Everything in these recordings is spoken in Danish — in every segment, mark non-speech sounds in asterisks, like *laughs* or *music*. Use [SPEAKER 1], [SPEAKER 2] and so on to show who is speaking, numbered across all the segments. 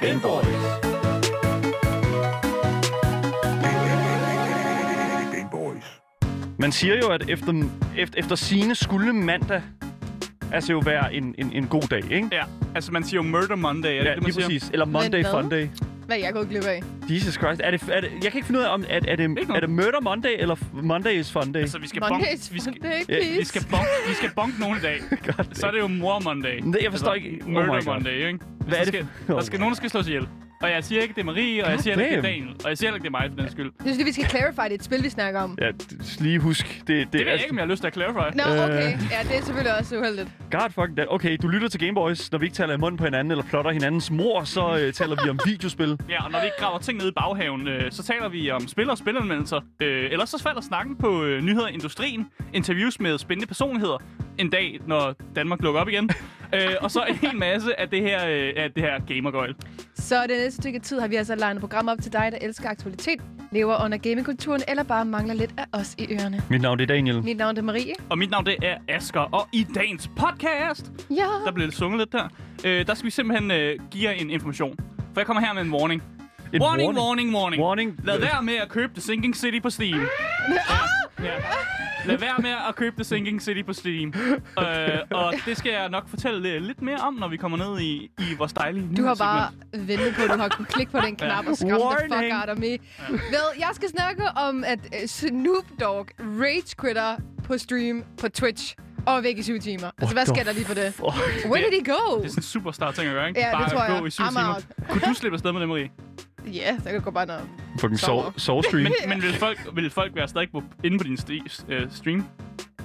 [SPEAKER 1] Game Boys. Game Boys.
[SPEAKER 2] Man siger jo, at efter, efter, efter sine skulle mandag altså jo være en, en, en god dag, ikke?
[SPEAKER 3] Ja, altså man siger jo Murder Monday, er det
[SPEAKER 2] Ja,
[SPEAKER 3] det, man
[SPEAKER 2] lige
[SPEAKER 3] siger?
[SPEAKER 2] præcis. Eller Monday
[SPEAKER 4] hvad?
[SPEAKER 2] Funday.
[SPEAKER 4] Hvad jeg går glip af.
[SPEAKER 2] Jesus Christ. Er det, er det, jeg kan ikke finde ud af, om er, er, det,
[SPEAKER 3] noget.
[SPEAKER 2] er det Murder Monday eller f- Monday is Funday?
[SPEAKER 3] Altså, vi skal bonk,
[SPEAKER 4] Mondays, *laughs*
[SPEAKER 3] vi skal,
[SPEAKER 4] Monday,
[SPEAKER 2] ja, vi
[SPEAKER 4] please.
[SPEAKER 3] vi skal bonk, vi skal bonk nogen i
[SPEAKER 2] *laughs*
[SPEAKER 3] dag.
[SPEAKER 2] God,
[SPEAKER 3] Så er det jo Mor Monday.
[SPEAKER 2] Nej, jeg forstår ikke. Oh
[SPEAKER 3] Murder
[SPEAKER 2] my God.
[SPEAKER 3] oh Monday, ikke? Hvis
[SPEAKER 2] Hvad er det
[SPEAKER 3] Der
[SPEAKER 2] for- oh
[SPEAKER 3] skal, der skal, nogen der skal slås ihjel. Og jeg siger ikke, det er Marie, og jeg siger heller ikke, det er Daniel. Og jeg siger heller ikke, det er mig, for den skyld.
[SPEAKER 4] Jeg synes, lige, vi skal clarify, det er et spil, vi snakker om.
[SPEAKER 2] Ja, d- lige husk. Det, det,
[SPEAKER 3] Det ved jeg ikke, om jeg har lyst til at clarify.
[SPEAKER 4] Nå,
[SPEAKER 2] Øh.
[SPEAKER 4] okay. Ja, det er selvfølgelig også uheldigt.
[SPEAKER 2] God fucking that. Okay, du lytter til Gameboys. Når vi ikke taler i munden på hinanden eller plotter hinandens mor, så øh, taler
[SPEAKER 4] *laughs*
[SPEAKER 2] vi om videospil.
[SPEAKER 3] Ja, og når vi ikke graver ting ned i baghaven, øh, så taler vi om spil og spilanmeldelser. Øh, ellers så falder snakken på øh, nyheder i industrien, interviews med spændende personligheder en dag, når Danmark lukker
[SPEAKER 2] *laughs*
[SPEAKER 3] op igen. øh, og så en hel masse af det her, øh, af det her gamergøjl.
[SPEAKER 4] Så det næste stykke tid har vi altså legnet program op til dig, der elsker aktualitet, lever under gamingkulturen eller bare mangler lidt af os i ørerne.
[SPEAKER 2] Mit navn er Daniel.
[SPEAKER 4] Mit navn er Marie.
[SPEAKER 3] Og mit navn det er Asker, og i dagens podcast,
[SPEAKER 4] Ja.
[SPEAKER 3] der blev lidt sunget lidt der, øh, der skal vi simpelthen øh, give jer en information. For jeg kommer her med en warning.
[SPEAKER 2] En
[SPEAKER 3] warning, warning, warning.
[SPEAKER 2] Warning.
[SPEAKER 3] Lad være med at købe The Sinking City på Steam. Ja. ja. Lad være med at købe The Sinking City på Steam. Øh, og det skal jeg nok fortælle øh, lidt mere om, når vi kommer ned i, i vores dejlige
[SPEAKER 4] Du har
[SPEAKER 3] nyhedssegment.
[SPEAKER 4] bare ventet på, at du har kunnet klikke på den knap og skræmme the fuck
[SPEAKER 2] Warning.
[SPEAKER 4] out of me. Vel, jeg skal snakke om, at øh, Snoop Dogg rage quitter på stream på Twitch over væk i syv timer. Altså, hvad
[SPEAKER 2] the
[SPEAKER 4] sker der lige for det?
[SPEAKER 2] Fuck.
[SPEAKER 4] Where did he go?
[SPEAKER 3] Det er sådan en superstar ting at gøre, ikke?
[SPEAKER 4] Ja, det
[SPEAKER 3] bare
[SPEAKER 4] tror
[SPEAKER 3] at
[SPEAKER 4] jeg.
[SPEAKER 3] gå i syv
[SPEAKER 4] I'm
[SPEAKER 3] timer.
[SPEAKER 4] out.
[SPEAKER 3] Kunne du slippe afsted med det, Marie?
[SPEAKER 4] Ja, så kan du gå bare noget.
[SPEAKER 2] Fucking
[SPEAKER 4] Sommer.
[SPEAKER 2] soul, soul stream.
[SPEAKER 4] *laughs*
[SPEAKER 3] Men, men vil, folk, vil folk være stadig på, inde på din sti- øh, stream,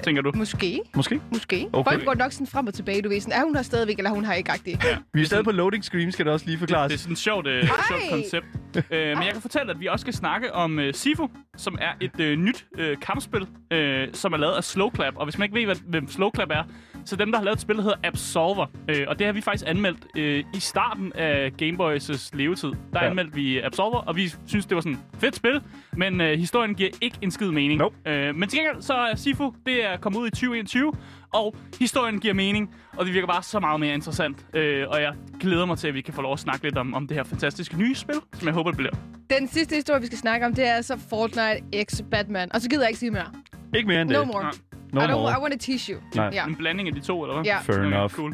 [SPEAKER 3] tænker du?
[SPEAKER 4] Måske.
[SPEAKER 2] Måske.
[SPEAKER 4] Måske.
[SPEAKER 2] Okay.
[SPEAKER 4] Okay. Folk går nok sådan frem og tilbage, du ved. Sådan, er hun her stadigvæk, eller er hun her ikke agtig?
[SPEAKER 2] Vi er stadig på loading screen, skal det også lige
[SPEAKER 3] Det, det er
[SPEAKER 2] forklares.
[SPEAKER 3] sådan et sjovt, øh, sjovt koncept. Øh, men jeg kan fortælle, at vi også skal snakke om øh, Sifu, som er et øh, nyt øh, kampspil, øh, som er lavet af Slowclap. Og hvis man ikke ved, hvad, hvem Slowclap er, så dem, der har lavet et spil, der hedder Absolver. Øh, og det har vi faktisk anmeldt øh, i starten af Gameboys' levetid. Der
[SPEAKER 2] Ja.
[SPEAKER 3] ja. anmeldte vi Absolver, og vi synes, det var sådan fedt spil, men øh, historien giver ikke en skid mening.
[SPEAKER 2] Nope.
[SPEAKER 3] Øh, men til gengæld, så er Sifu, det er kommet ud i 2021, og historien giver mening, og det virker bare så meget mere interessant. Øh, og jeg glæder mig til, at vi kan få lov at snakke lidt om, om det her fantastiske nye spil, som jeg håber, det bliver.
[SPEAKER 4] Den sidste historie, vi skal snakke om, det er altså Fortnite x Batman. Og så gider jeg ikke sige mere.
[SPEAKER 2] Ikke mere end det.
[SPEAKER 4] No more.
[SPEAKER 3] Nej.
[SPEAKER 2] No
[SPEAKER 4] I, don't,
[SPEAKER 2] more.
[SPEAKER 4] I want to teach you.
[SPEAKER 2] Nej.
[SPEAKER 4] Ja.
[SPEAKER 3] En blanding af de to, eller hvad?
[SPEAKER 4] Ja.
[SPEAKER 2] Fair
[SPEAKER 3] Okay,
[SPEAKER 2] enough.
[SPEAKER 3] Cool.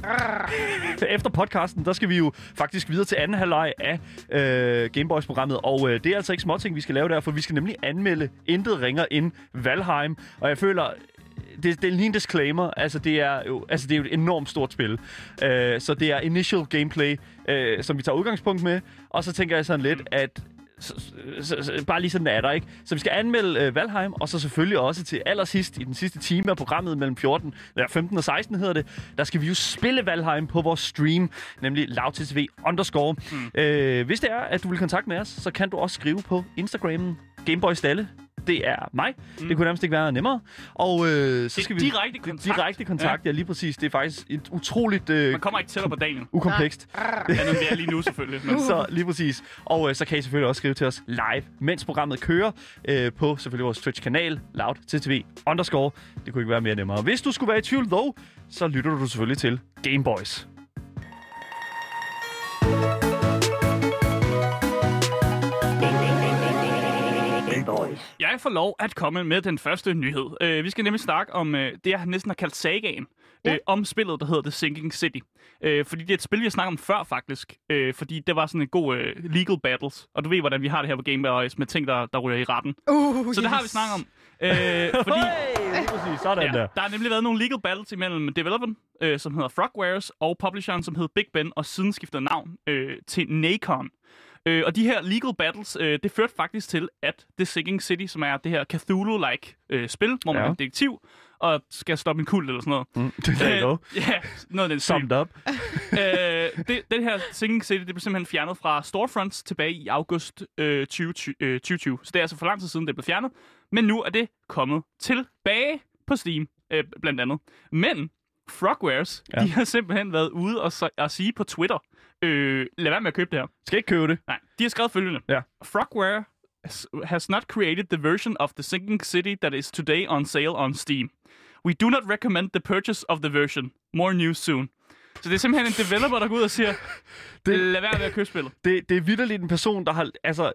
[SPEAKER 2] Efter podcasten, der skal vi jo faktisk videre til anden halvleg af øh, Gameboys-programmet. Og øh, det er altså ikke småting, vi skal lave der, for vi skal nemlig anmelde Intet ringer ind Valheim. Og jeg føler, det, det er lige en disclaimer. Altså, det er jo, altså, det er jo et enormt stort spil. Øh, så det er initial gameplay, øh, som vi tager udgangspunkt med. Og så tænker jeg sådan lidt, at så, så, så, bare lige sådan er der, ikke? Så vi skal anmelde øh, Valheim, og så selvfølgelig også til allersidst i den sidste time af programmet mellem 14, eller 15 og 16 hedder det, der skal vi jo spille Valheim på vores stream, nemlig lavtsv underscore. Mm. Øh, hvis det er, at du vil kontakte med os, så kan du også skrive på Instagramen Gameboy Stalle. Det er mig. Mm. Det kunne nærmest ikke være nemmere. Og øh, så
[SPEAKER 3] Det
[SPEAKER 2] skal
[SPEAKER 3] skal
[SPEAKER 2] vi...
[SPEAKER 3] direkte
[SPEAKER 2] det er
[SPEAKER 3] kontakt.
[SPEAKER 2] Direkte kontakt, ja. ja, lige præcis. Det er faktisk et utroligt
[SPEAKER 3] Ja.
[SPEAKER 2] øh,
[SPEAKER 3] Man kommer ikke tættere på Daniel.
[SPEAKER 2] ukomplekst.
[SPEAKER 3] Andet end det er lige nu, selvfølgelig. Men
[SPEAKER 2] *laughs* Så lige præcis. Og øh, så kan I selvfølgelig også skrive til os live, mens programmet kører, øh, på selvfølgelig vores Twitch-kanal, loud ttv underscore. Det kunne ikke være mere nemmere. Hvis du skulle være i tvivl dog, så lytter du selvfølgelig til Gameboys.
[SPEAKER 1] Game Boys.
[SPEAKER 3] Jeg får lov at komme med den første nyhed. Øh, vi skal nemlig snakke om øh, det, jeg næsten har kaldt sagaen. Ja. Øh, om spillet, der hedder The Sinking City. Øh, fordi det er et spil, vi har snakket om før, faktisk. Øh, fordi det var sådan en god øh, legal battles. Og du ved, hvordan vi har det her på Game Boys med ting, der, der ryger i retten.
[SPEAKER 4] Uh,
[SPEAKER 3] Så det har vi snakket om. Øh, fordi
[SPEAKER 2] Lige præcis. Sådan
[SPEAKER 3] ja,
[SPEAKER 2] der.
[SPEAKER 3] der har nemlig været nogle legal battles imellem developeren, øh, som hedder Frogwares, og publisheren, som hedder Big Ben, og siden skiftede navn øh, til Nacon. Øh, og de her legal battles, øh, det førte faktisk til, at The Sinking City, som er det her Cthulhu-like øh, spil, hvor man
[SPEAKER 2] Ja.
[SPEAKER 3] ja. er detektiv, og skal stoppe en kult eller sådan noget. Øh,
[SPEAKER 2] Mm, det er jo
[SPEAKER 3] *laughs* ja, noget af den stil.
[SPEAKER 2] summed up.
[SPEAKER 3] *laughs* øh, det, den her Sinking City, det blev simpelthen fjernet fra storefronts tilbage i august øh, 2020, øh, 2020. Så det er altså for lang tid siden, det blev fjernet. Men nu er det kommet tilbage på Steam, øh, blandt andet. Men Frogwares,
[SPEAKER 2] Ja.
[SPEAKER 3] ja. de har simpelthen været ude og, så, og sige på Twitter, øh, lad være med at købe det her.
[SPEAKER 2] Skal ikke købe det.
[SPEAKER 3] Nej, de har skrevet følgende.
[SPEAKER 2] Ja.
[SPEAKER 3] Frogware has- has not created the version of The Sinking City that is today on sale on Steam. We do not recommend the purchase of the version. More news soon. Så det er simpelthen en developer, der går ud og siger,
[SPEAKER 2] *laughs* Det-
[SPEAKER 3] det... lad være med at købe spillet.
[SPEAKER 2] Det, det er vitterligt en person, der har... Altså,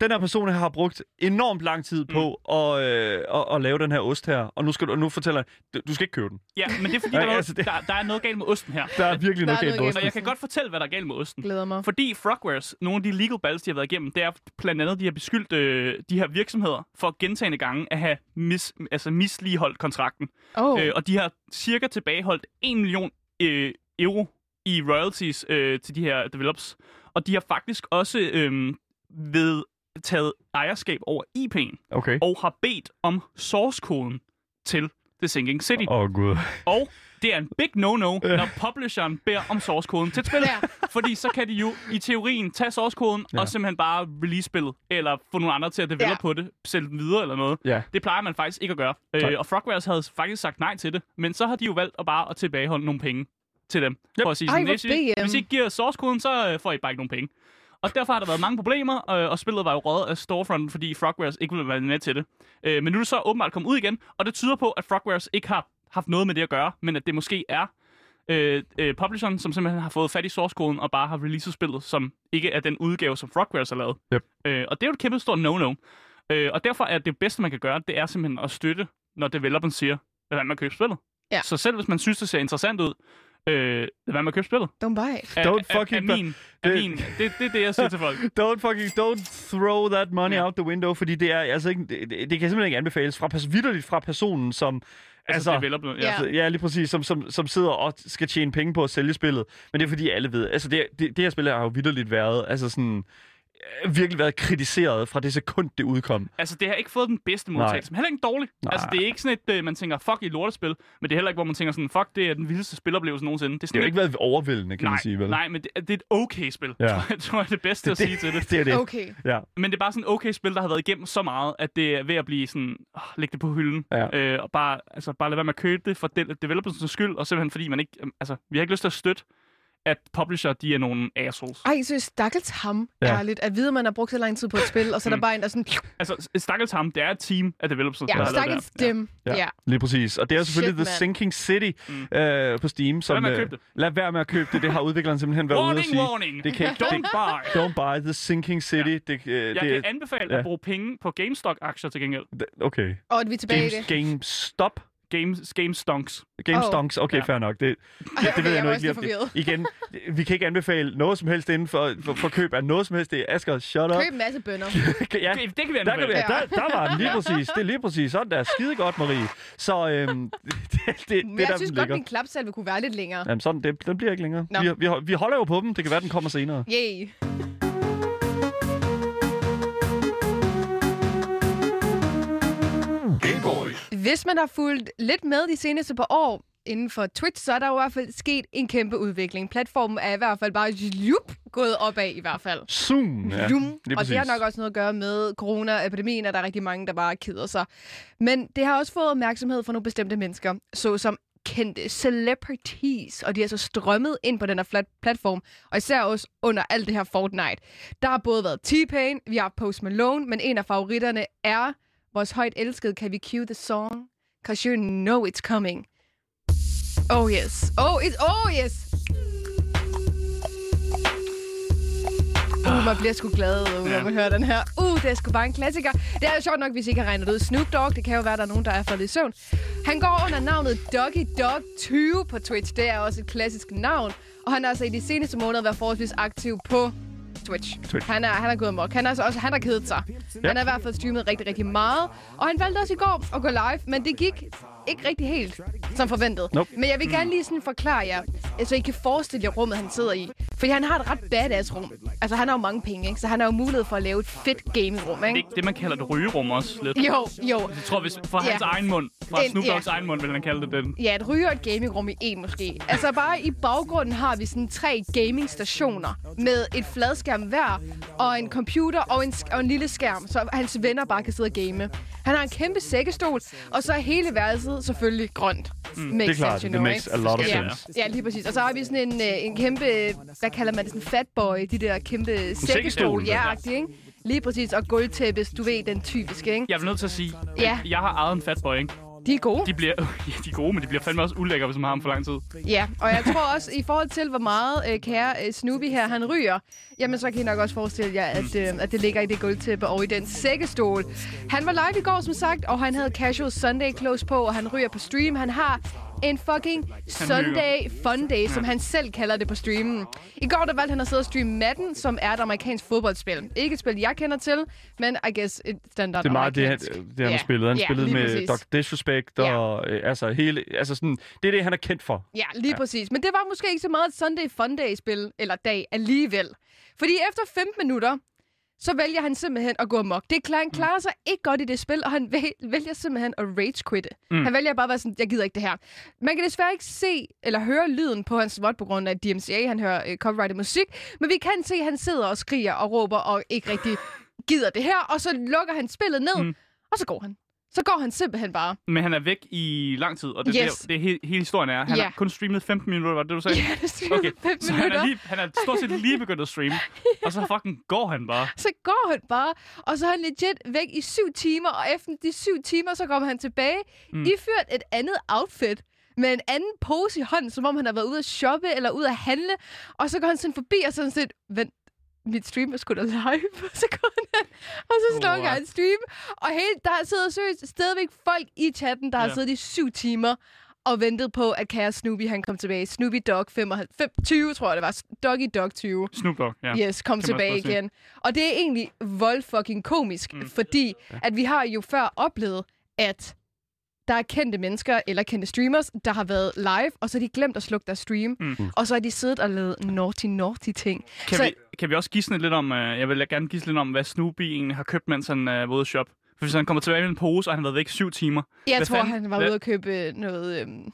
[SPEAKER 2] den her person her har brugt enormt lang tid på at, øh, at, at, lave den her ost her. Og nu, skal du, nu fortæller jeg, du- du skal ikke købe den.
[SPEAKER 3] Ja, men det er fordi,
[SPEAKER 2] Ja,
[SPEAKER 3] der, er
[SPEAKER 2] altså,
[SPEAKER 3] noget,
[SPEAKER 2] det-
[SPEAKER 3] der, der er noget galt med osten her.
[SPEAKER 2] Der er
[SPEAKER 4] *laughs*
[SPEAKER 2] virkelig
[SPEAKER 4] Der
[SPEAKER 2] noget
[SPEAKER 4] er
[SPEAKER 2] galt med
[SPEAKER 4] noget galt
[SPEAKER 2] osten.
[SPEAKER 3] Og jeg kan godt fortælle, hvad der er galt med osten.
[SPEAKER 4] Glæder mig.
[SPEAKER 3] Fordi Frogwares, nogle af de legal battles, de har været igennem, det er blandt andet, de har beskyldt øh, de her virksomheder for gentagende gange at have mis, altså misligeholdt kontrakten.
[SPEAKER 4] Oh.
[SPEAKER 3] Øh, og de har cirka tilbageholdt 1 million øh, euro i royalties øh, til de her develops. Og de har faktisk også øh, ved taget ejerskab over IP'en
[SPEAKER 2] Okay.
[SPEAKER 3] og har bedt om source-koden til The Sinking City.
[SPEAKER 2] Åh, oh, gud.
[SPEAKER 3] Og det er en big no-no, når publisheren beder om source-koden til et spil.
[SPEAKER 4] Ja.
[SPEAKER 3] Fordi så kan de jo i teorien tage source-koden
[SPEAKER 2] Ja.
[SPEAKER 3] ja. og simpelthen bare release spillet, eller få nogle andre til at develop
[SPEAKER 4] Ja.
[SPEAKER 3] ja. på det, sælge den videre eller noget.
[SPEAKER 2] Ja.
[SPEAKER 3] Det plejer man faktisk ikke at gøre.
[SPEAKER 2] Nej.
[SPEAKER 3] Øh, og Frogwares havde faktisk sagt nej til det, men så har de jo valgt at bare at tilbageholde nogle penge til dem. Yep. For at sige,
[SPEAKER 4] Ej,
[SPEAKER 3] sådan,
[SPEAKER 4] hvor
[SPEAKER 3] hvis, I,
[SPEAKER 4] BM.
[SPEAKER 3] hvis I ikke giver source-koden, så øh, får I bare ikke nogen penge. Og derfor har der været mange problemer, øh, og spillet var jo røget af storefronten, fordi Frogwares ikke ville være med til det. Øh, men nu er det så åbenbart kommet ud igen, og det tyder på, at Frogwares ikke har haft noget med det at gøre, men at det måske er øh, øh, publisheren, som simpelthen har fået fat i source-koden og bare har releaset spillet, som ikke er den udgave, som Frogwares har lavet.
[SPEAKER 2] Yep.
[SPEAKER 3] Øh, og det er jo et kæmpe stort no-no. Øh, og derfor er det bedste, man kan gøre, det er simpelthen at støtte, når developeren siger, lad være med at købe spillet.
[SPEAKER 4] Ja.
[SPEAKER 3] Så selv hvis man synes, det ser interessant ud, øh, lad være med at købe spillet.
[SPEAKER 4] Don't buy it.
[SPEAKER 3] Er-
[SPEAKER 2] Don't
[SPEAKER 3] er-
[SPEAKER 2] fucking
[SPEAKER 3] er min, er
[SPEAKER 2] det-
[SPEAKER 3] min. Det, det er det, jeg siger til
[SPEAKER 2] *laughs*
[SPEAKER 3] folk. Altså,
[SPEAKER 2] Don't fucking don't throw that money
[SPEAKER 3] Ja.
[SPEAKER 2] out the window, fordi det er altså ikke, det, det, det kan simpelthen ikke anbefales fra pers- vidderligt fra personen, som
[SPEAKER 3] Altså,
[SPEAKER 2] altså,
[SPEAKER 3] altså developer, ja.
[SPEAKER 4] Ja.
[SPEAKER 2] altså ja lige præcis, som, som, som sidder og skal tjene penge på at sælge spillet, men det er fordi alle ved, altså det, det, det her spil har jo vidderligt været altså sådan øh, virkelig været kritiseret fra det sekund det udkom.
[SPEAKER 3] Altså, det har ikke fået den bedste
[SPEAKER 2] Nej.
[SPEAKER 3] modtagelse, men heller ikke dårlig.
[SPEAKER 2] Nej.
[SPEAKER 3] Altså, det er ikke sådan et, øh, man tænker, fuck, I er lortespil, men det er heller ikke, hvor man tænker sådan, fuck, det er den vildeste spiloplevelse nogensinde. Det er,
[SPEAKER 2] Det
[SPEAKER 3] sådan
[SPEAKER 2] har jo
[SPEAKER 3] et-
[SPEAKER 2] ikke været overvældende, kan
[SPEAKER 3] nej,
[SPEAKER 2] man sige, vel?
[SPEAKER 3] Nej, men det, det er et okay spil,
[SPEAKER 2] Ja.
[SPEAKER 3] ja. tror, jeg, tror jeg er det bedste at sige til
[SPEAKER 2] *laughs*
[SPEAKER 3] det.
[SPEAKER 2] det er det.
[SPEAKER 4] Okay.
[SPEAKER 2] Ja.
[SPEAKER 3] Men det er bare sådan et okay spil, der har været igennem så meget, at det er ved at blive sådan, åh, læg det på hylden.
[SPEAKER 2] Ja.
[SPEAKER 3] Øh, og bare, altså, bare lade være med at købe det for de- developers skyld, og simpelthen fordi man ikke, øhm, altså, vi har ikke lyst til at støtte, at publisher, de er nogle assholes.
[SPEAKER 4] Ej, så stakkels ham,
[SPEAKER 2] Ja.
[SPEAKER 4] ja. ærligt, at vide, at man har brugt så lang tid på et spil, og så er der bare en, der er sådan,
[SPEAKER 3] Altså, stakkels ham, det er et team af developers, der
[SPEAKER 4] ja,
[SPEAKER 3] har lavet det her.
[SPEAKER 4] stakkels dem.
[SPEAKER 2] Ja,
[SPEAKER 4] Ja. ja.
[SPEAKER 2] lige præcis. Og det er selvfølgelig
[SPEAKER 4] Shit,
[SPEAKER 2] The
[SPEAKER 4] mand.
[SPEAKER 2] Sinking City øh, på Steam, som...
[SPEAKER 3] Mm. med at
[SPEAKER 2] øh,
[SPEAKER 3] købe det.
[SPEAKER 2] Lad være med at købe det. Det har udvikleren simpelthen været ude at
[SPEAKER 3] Warning,
[SPEAKER 2] sige.
[SPEAKER 3] warning!
[SPEAKER 2] Det kan ikke-
[SPEAKER 3] Don't
[SPEAKER 2] det-
[SPEAKER 3] buy!
[SPEAKER 2] Don't buy The Sinking City. Ja. Det, øh,
[SPEAKER 3] Jeg
[SPEAKER 2] det,
[SPEAKER 3] kan anbefale
[SPEAKER 2] ja.
[SPEAKER 3] at bruge penge på GameStop-aktier til gengæld.
[SPEAKER 2] d- okay.
[SPEAKER 4] Og at vi er tilbage i
[SPEAKER 2] Games,
[SPEAKER 4] det.
[SPEAKER 2] GameStop?
[SPEAKER 3] Games, GameStonks.
[SPEAKER 2] GameStonks? Okay,
[SPEAKER 3] Ja.
[SPEAKER 2] fair nok. Det,
[SPEAKER 4] *laughs*
[SPEAKER 2] det, det ved
[SPEAKER 4] okay,
[SPEAKER 2] jeg nu
[SPEAKER 4] jeg
[SPEAKER 2] ikke lige
[SPEAKER 4] var
[SPEAKER 2] om
[SPEAKER 4] også lidt
[SPEAKER 2] det. Igen, vi kan ikke anbefale noget som helst inden for, for, for køb af noget som helst. Det er Asger, shut up.
[SPEAKER 4] Køb en masse bønder.
[SPEAKER 2] ja.
[SPEAKER 3] Det, det kan vi
[SPEAKER 2] Der, kan vi,
[SPEAKER 3] anbefale.
[SPEAKER 2] ja,
[SPEAKER 4] Ja.
[SPEAKER 2] der, der var den lige præcis. Det er lige præcis sådan der. Skide godt, Marie. Så øhm, *laughs* det, det, det,
[SPEAKER 4] Men
[SPEAKER 2] det er
[SPEAKER 4] jeg
[SPEAKER 2] der,
[SPEAKER 4] synes
[SPEAKER 2] den
[SPEAKER 4] godt,
[SPEAKER 2] ligger.
[SPEAKER 4] min klapsalve kunne være lidt længere.
[SPEAKER 2] Jamen sådan, det, den bliver ikke længere.
[SPEAKER 4] Nå.
[SPEAKER 2] Vi, vi, hold- vi holder jo på dem. Det kan være, den kommer senere.
[SPEAKER 4] Yay.
[SPEAKER 1] Game Boys.
[SPEAKER 4] Hvis man har fulgt lidt med de seneste par år inden for Twitch, så er der jo i hvert fald sket en kæmpe udvikling. Platformen er i hvert fald bare jup, gået opad i hvert fald.
[SPEAKER 2] Zoom.
[SPEAKER 4] Ja, og det har nok også noget at gøre med coronaepidemien, og der er rigtig mange, der bare keder sig. Men det har også fået opmærksomhed fra nogle bestemte mennesker, såsom kendte celebrities, og de er så strømmet ind på den her flat- platform, og især også under alt det her Fortnite. Der har både været T-Pain, vi har haft Post Malone, men en af favoritterne er vores højt elskede Can We Cue The Song? Cause You Know It's Coming. Oh yes. Oh, it's, oh yes! Uh, man bliver sgu glad, uh, når
[SPEAKER 3] Ja.
[SPEAKER 4] man hører den her. Uh, det er sgu bare en klassiker. Det er jo sjovt nok, hvis I ikke har regnet det ud. Snoop Dogg, det kan jo være, der er nogen, der er faldet i søvn. Han går under navnet Doggy Dog 20 på Twitch. Det er også et klassisk navn. Og han har altså i de seneste måneder været forholdsvis aktiv på Twitch.
[SPEAKER 2] Twitch.
[SPEAKER 4] Han er, han er gået amok. Han er altså også, han har kedet sig. Han har i hvert fald streamet rigtig, rigtig meget. Og han valgte også i går at gå live, men det gik ikke rigtig helt som forventet.
[SPEAKER 2] Nope.
[SPEAKER 4] Men jeg vil gerne lige sådan forklare jer, så I kan forestille jer rummet, han sidder i. Fordi han har et ret badass rum. Altså, han har jo mange penge, ikke? så han har jo mulighed for at lave et fedt gamerum,
[SPEAKER 3] Det er
[SPEAKER 4] ikke?
[SPEAKER 3] ikke det, man kalder et rygerum også lidt.
[SPEAKER 4] Jo, jo.
[SPEAKER 3] Jeg tror, hvis fra
[SPEAKER 4] Ja.
[SPEAKER 3] hans egen mund, fra
[SPEAKER 4] En-
[SPEAKER 3] Snoop Dogg's
[SPEAKER 4] ja.
[SPEAKER 3] egen mund, vil han kalde det den.
[SPEAKER 4] Ja, et ryge og et gamingrum i en måske. Altså bare i baggrunden har vi sådan tre gamingstationer med et fladskærm hver, og en computer og en, sk- og en lille skærm, så hans venner bare kan sidde og game. Han har en kæmpe sækkestol, og så er hele værelset selvfølgelig grønt. Mm, makes
[SPEAKER 2] Det er klart,
[SPEAKER 4] sense,
[SPEAKER 2] det
[SPEAKER 4] you know,
[SPEAKER 2] makes
[SPEAKER 4] ikke?
[SPEAKER 2] a lot of
[SPEAKER 3] Ja.
[SPEAKER 2] sense.
[SPEAKER 4] Ja, lige præcis. Og så har vi sådan en, øh, en kæmpe, hvad kalder man det, sådan fatboy, de der kæmpe sækkestol, ja, ikke? Lige præcis, og gulvtæppes, du ved, den typiske, ikke?
[SPEAKER 3] Jeg er nødt til at sige,
[SPEAKER 4] Ja.
[SPEAKER 3] at jeg har ejet en fatboy, ikke?
[SPEAKER 4] De er gode.
[SPEAKER 3] De bliver, *laughs* ja, de er gode, men de bliver fandme også ulækre, hvis man har dem for lang tid.
[SPEAKER 4] Ja, og jeg tror også, i forhold til, hvor meget øh, kære øh, Snoopy her, han ryger, jamen så kan I nok også forestille jer, at, øh, at det ligger i det gulvtæppe og i den sækkestol. Han var live i går, som sagt, og han havde casual Sunday clothes på, og han ryger på stream. Han har en fucking Sunday Fun Day, som han selv kalder det på streamen. I går der valgte han at sidde og streame Madden, som er et amerikansk fodboldspil. Ikke et spil, jeg kender til, men I guess et standard
[SPEAKER 2] Det er meget det, han,
[SPEAKER 4] amerikansk.
[SPEAKER 2] det, han har
[SPEAKER 4] Ja.
[SPEAKER 2] spillet. Han
[SPEAKER 4] Ja,
[SPEAKER 2] spillede
[SPEAKER 4] lige
[SPEAKER 2] med
[SPEAKER 4] præcis.
[SPEAKER 2] Dr. Disrespect
[SPEAKER 4] Ja.
[SPEAKER 2] og øh, altså hele... Altså sådan, det er det, han er kendt for.
[SPEAKER 4] Ja, lige ja. præcis. Men det var måske ikke så meget et Sunday Funday-spil, eller dag alligevel. Fordi efter 15 minutter, så vælger han simpelthen at gå amok. Det er klart,
[SPEAKER 3] Mm.
[SPEAKER 4] han klarer sig ikke godt i det spil, og han væ- vælger simpelthen at rage-quitte. Mm. Han vælger bare at være sådan, jeg gider ikke det her. Man kan desværre ikke se eller høre lyden på hans vod på grund af DMCA. Han hører øh, copyrighted musik, men vi kan se, at han sidder og skriger og råber og ikke rigtig
[SPEAKER 3] *laughs*
[SPEAKER 4] gider det her. Og så lukker han spillet ned, mm. og så går han. Så går han simpelthen bare.
[SPEAKER 3] Men han er væk i lang tid, og det, er
[SPEAKER 4] Yes.
[SPEAKER 3] det, det er he, hele historien er. Han
[SPEAKER 4] Ja.
[SPEAKER 3] har kun streamet 15 minutter, var det det, du sagde?
[SPEAKER 4] Ja, det er
[SPEAKER 3] Okay,
[SPEAKER 4] 5
[SPEAKER 3] så han
[SPEAKER 4] minutter.
[SPEAKER 3] er, lige, han er stort set lige begyndt at
[SPEAKER 4] *laughs*
[SPEAKER 3] streame, og så fucking går han bare.
[SPEAKER 4] Så går han bare, og så er han legit væk i syv timer, og efter de syv timer, så kommer han tilbage, mm. iført et andet outfit med en anden pose i hånden, som om han har været ude at shoppe eller ude at handle, og så går han sådan forbi og sådan set, vent, mit stream er sgu da live, *laughs* og så går han hen, og så slukker
[SPEAKER 3] What?
[SPEAKER 4] han stream, og hele, der sidder seriøst stadigvæk folk i chatten, der har
[SPEAKER 3] Ja.
[SPEAKER 4] siddet i syv timer, og ventet på, at kære Snoopy, han kom tilbage. Snoopy Dog 25, 20, tror jeg det var. Doggy Dog 20
[SPEAKER 3] Snoop Dogg, ja.
[SPEAKER 4] yes, kom
[SPEAKER 3] kan man også
[SPEAKER 4] tilbage
[SPEAKER 3] godt sige.
[SPEAKER 4] igen. Og det er egentlig vold fucking komisk, mm. fordi at vi har jo før oplevet, at der er kendte mennesker eller kendte streamers, der har været live, og så har de glemt at slukke deres stream, mm. og så har de siddet og lavet naughty, naughty ting.
[SPEAKER 3] Kan,
[SPEAKER 4] så,
[SPEAKER 3] vi, kan vi også gisne lidt om, øh, jeg vil gerne gisne lidt om, hvad Snoopy egentlig har købt, mens han øh, er ude at shop. For hvis han kommer tilbage med en pose, og han har været væk i syv timer.
[SPEAKER 4] jeg
[SPEAKER 3] hvad
[SPEAKER 4] tror,
[SPEAKER 3] fanden-
[SPEAKER 4] han var
[SPEAKER 3] hvad-
[SPEAKER 4] ude at købe noget... Øhm,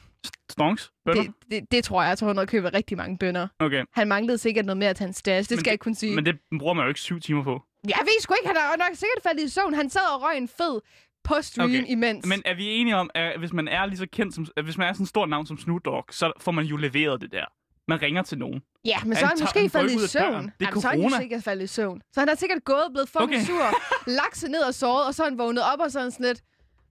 [SPEAKER 3] Stonks? Bønder?
[SPEAKER 4] det, det, det, tror jeg. Jeg tror, han var ude at købe rigtig mange bønder.
[SPEAKER 3] Okay.
[SPEAKER 4] Han manglede sikkert noget mere til hans stash. Det skal
[SPEAKER 3] Men
[SPEAKER 4] jeg ikke kunne sige.
[SPEAKER 3] Men det bruger man jo ikke syv timer på.
[SPEAKER 4] Jeg ved sgu ikke, han er nok sikkert faldet i søvn. Han sad og røg en fed på stream
[SPEAKER 3] Okay,
[SPEAKER 4] imens.
[SPEAKER 3] Men er vi enige om, at hvis man er lige så kendt som, at hvis man er sådan en stor navn som Snoop Dogg, så får man jo leveret det der. Man ringer til nogen.
[SPEAKER 4] Ja, men
[SPEAKER 3] Han
[SPEAKER 4] så er han
[SPEAKER 3] tager-
[SPEAKER 4] måske
[SPEAKER 3] han går
[SPEAKER 4] faldet
[SPEAKER 3] ikke ud
[SPEAKER 4] i
[SPEAKER 3] af
[SPEAKER 4] søvn.
[SPEAKER 3] døren. Det er
[SPEAKER 4] Jamen, så er han jo
[SPEAKER 3] corona.
[SPEAKER 4] sikkert faldet i søvn. Så han er sikkert gået, blevet fucking
[SPEAKER 3] Okay.
[SPEAKER 4] sur, *laughs* lagt sig ned og sovet, og så er han vågnet op og sådan sådan lidt,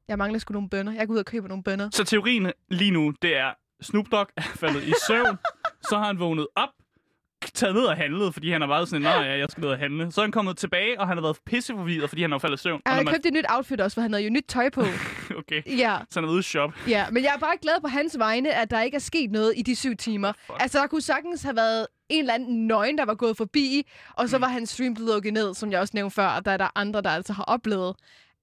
[SPEAKER 4] jeg mangler sgu nogle bønner. Jeg går ud og køber nogle bønner.
[SPEAKER 3] Så teorien lige nu, det er, Snoop Dogg er faldet i søvn, så har han vågnet op, taget ned og handlet, fordi han har været sådan, nej, ja, jeg skal ned og handle. Så er han kommet tilbage, og han har været pisseforvirret, fordi han har faldet i søvn.
[SPEAKER 4] Han
[SPEAKER 3] og
[SPEAKER 4] har
[SPEAKER 3] når man-
[SPEAKER 4] købt et nyt outfit også, for han havde jo nyt tøj
[SPEAKER 3] *laughs*
[SPEAKER 4] på.
[SPEAKER 3] Okay.
[SPEAKER 4] ja,
[SPEAKER 3] Så han er ude i shop.
[SPEAKER 4] ja, men jeg er bare glad på hans vegne, at der ikke er sket noget i de syv timer.
[SPEAKER 3] Fuck.
[SPEAKER 4] Altså, der kunne sagtens have været en eller anden nøgen, der var gået forbi, og
[SPEAKER 3] Mm.
[SPEAKER 4] så var hans stream blevet lukket ned, som jeg også nævnte før, og der er der andre, der altså har oplevet,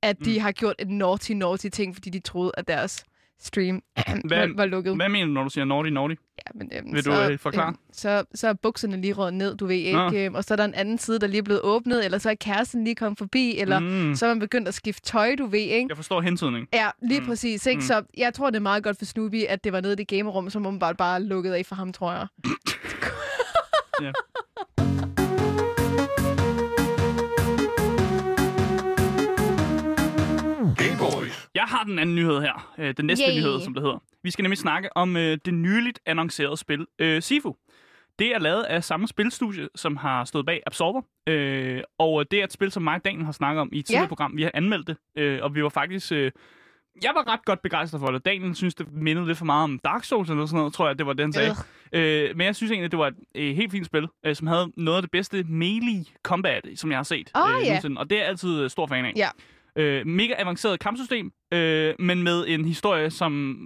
[SPEAKER 4] at de
[SPEAKER 3] Mm.
[SPEAKER 4] har gjort et naughty, naughty ting, fordi de troede, at deres stream *clears throat*
[SPEAKER 3] Hvad-
[SPEAKER 4] var lukket.
[SPEAKER 3] Hvad mener du, når du siger naughty, naughty?
[SPEAKER 4] Ja, men, øhm,
[SPEAKER 3] Vil du,
[SPEAKER 4] så,
[SPEAKER 3] øh, forklare?
[SPEAKER 4] Øhm, så, så er bukserne lige røget ned, du ved
[SPEAKER 3] Nå.
[SPEAKER 4] ikke, øhm, og så er der en anden side, der lige er blevet åbnet, eller så er kæresten lige kommet forbi, eller mm.
[SPEAKER 3] Mm.
[SPEAKER 4] så er man begyndt at skifte tøj, du ved ikke.
[SPEAKER 3] Jeg forstår hentydning.
[SPEAKER 4] Ja, lige mm. præcis. Ikke? Mm. Så jeg tror, det er meget godt for Snoopy, at det var nede i det gamerum, som åbenbart bare lukkede af for ham, tror jeg.
[SPEAKER 3] Ja.
[SPEAKER 1] Gay boys.
[SPEAKER 3] Jeg har den anden nyhed her. Øh, den næste
[SPEAKER 4] Yay.
[SPEAKER 3] Yay. nyhed, som det hedder. Vi skal nemlig snakke om øh, det nyligt annoncerede spil øh, Sifu. Det er lavet af samme spilstudie, som har stået bag Absorber. Øh, og det er et spil, som mig og Daniel har snakket om i et tidligere
[SPEAKER 4] Ja.
[SPEAKER 3] program. Vi har anmeldt det, øh, og vi var faktisk... Øh, jeg var ret godt begejstret for det. Daniel synes, det mindede lidt for meget om Dark Souls eller sådan noget, tror jeg, det var det, han sagde. Øh, men jeg synes egentlig, det var et øh, helt fint spil, øh, som havde noget af det bedste melee combat, som jeg har set.
[SPEAKER 4] Åh, ja.
[SPEAKER 3] nogensinde. Og det er jeg altid øh, stor fan af.
[SPEAKER 4] Ja.
[SPEAKER 3] Øh, mega avanceret kampsystem, øh, men med en historie, som...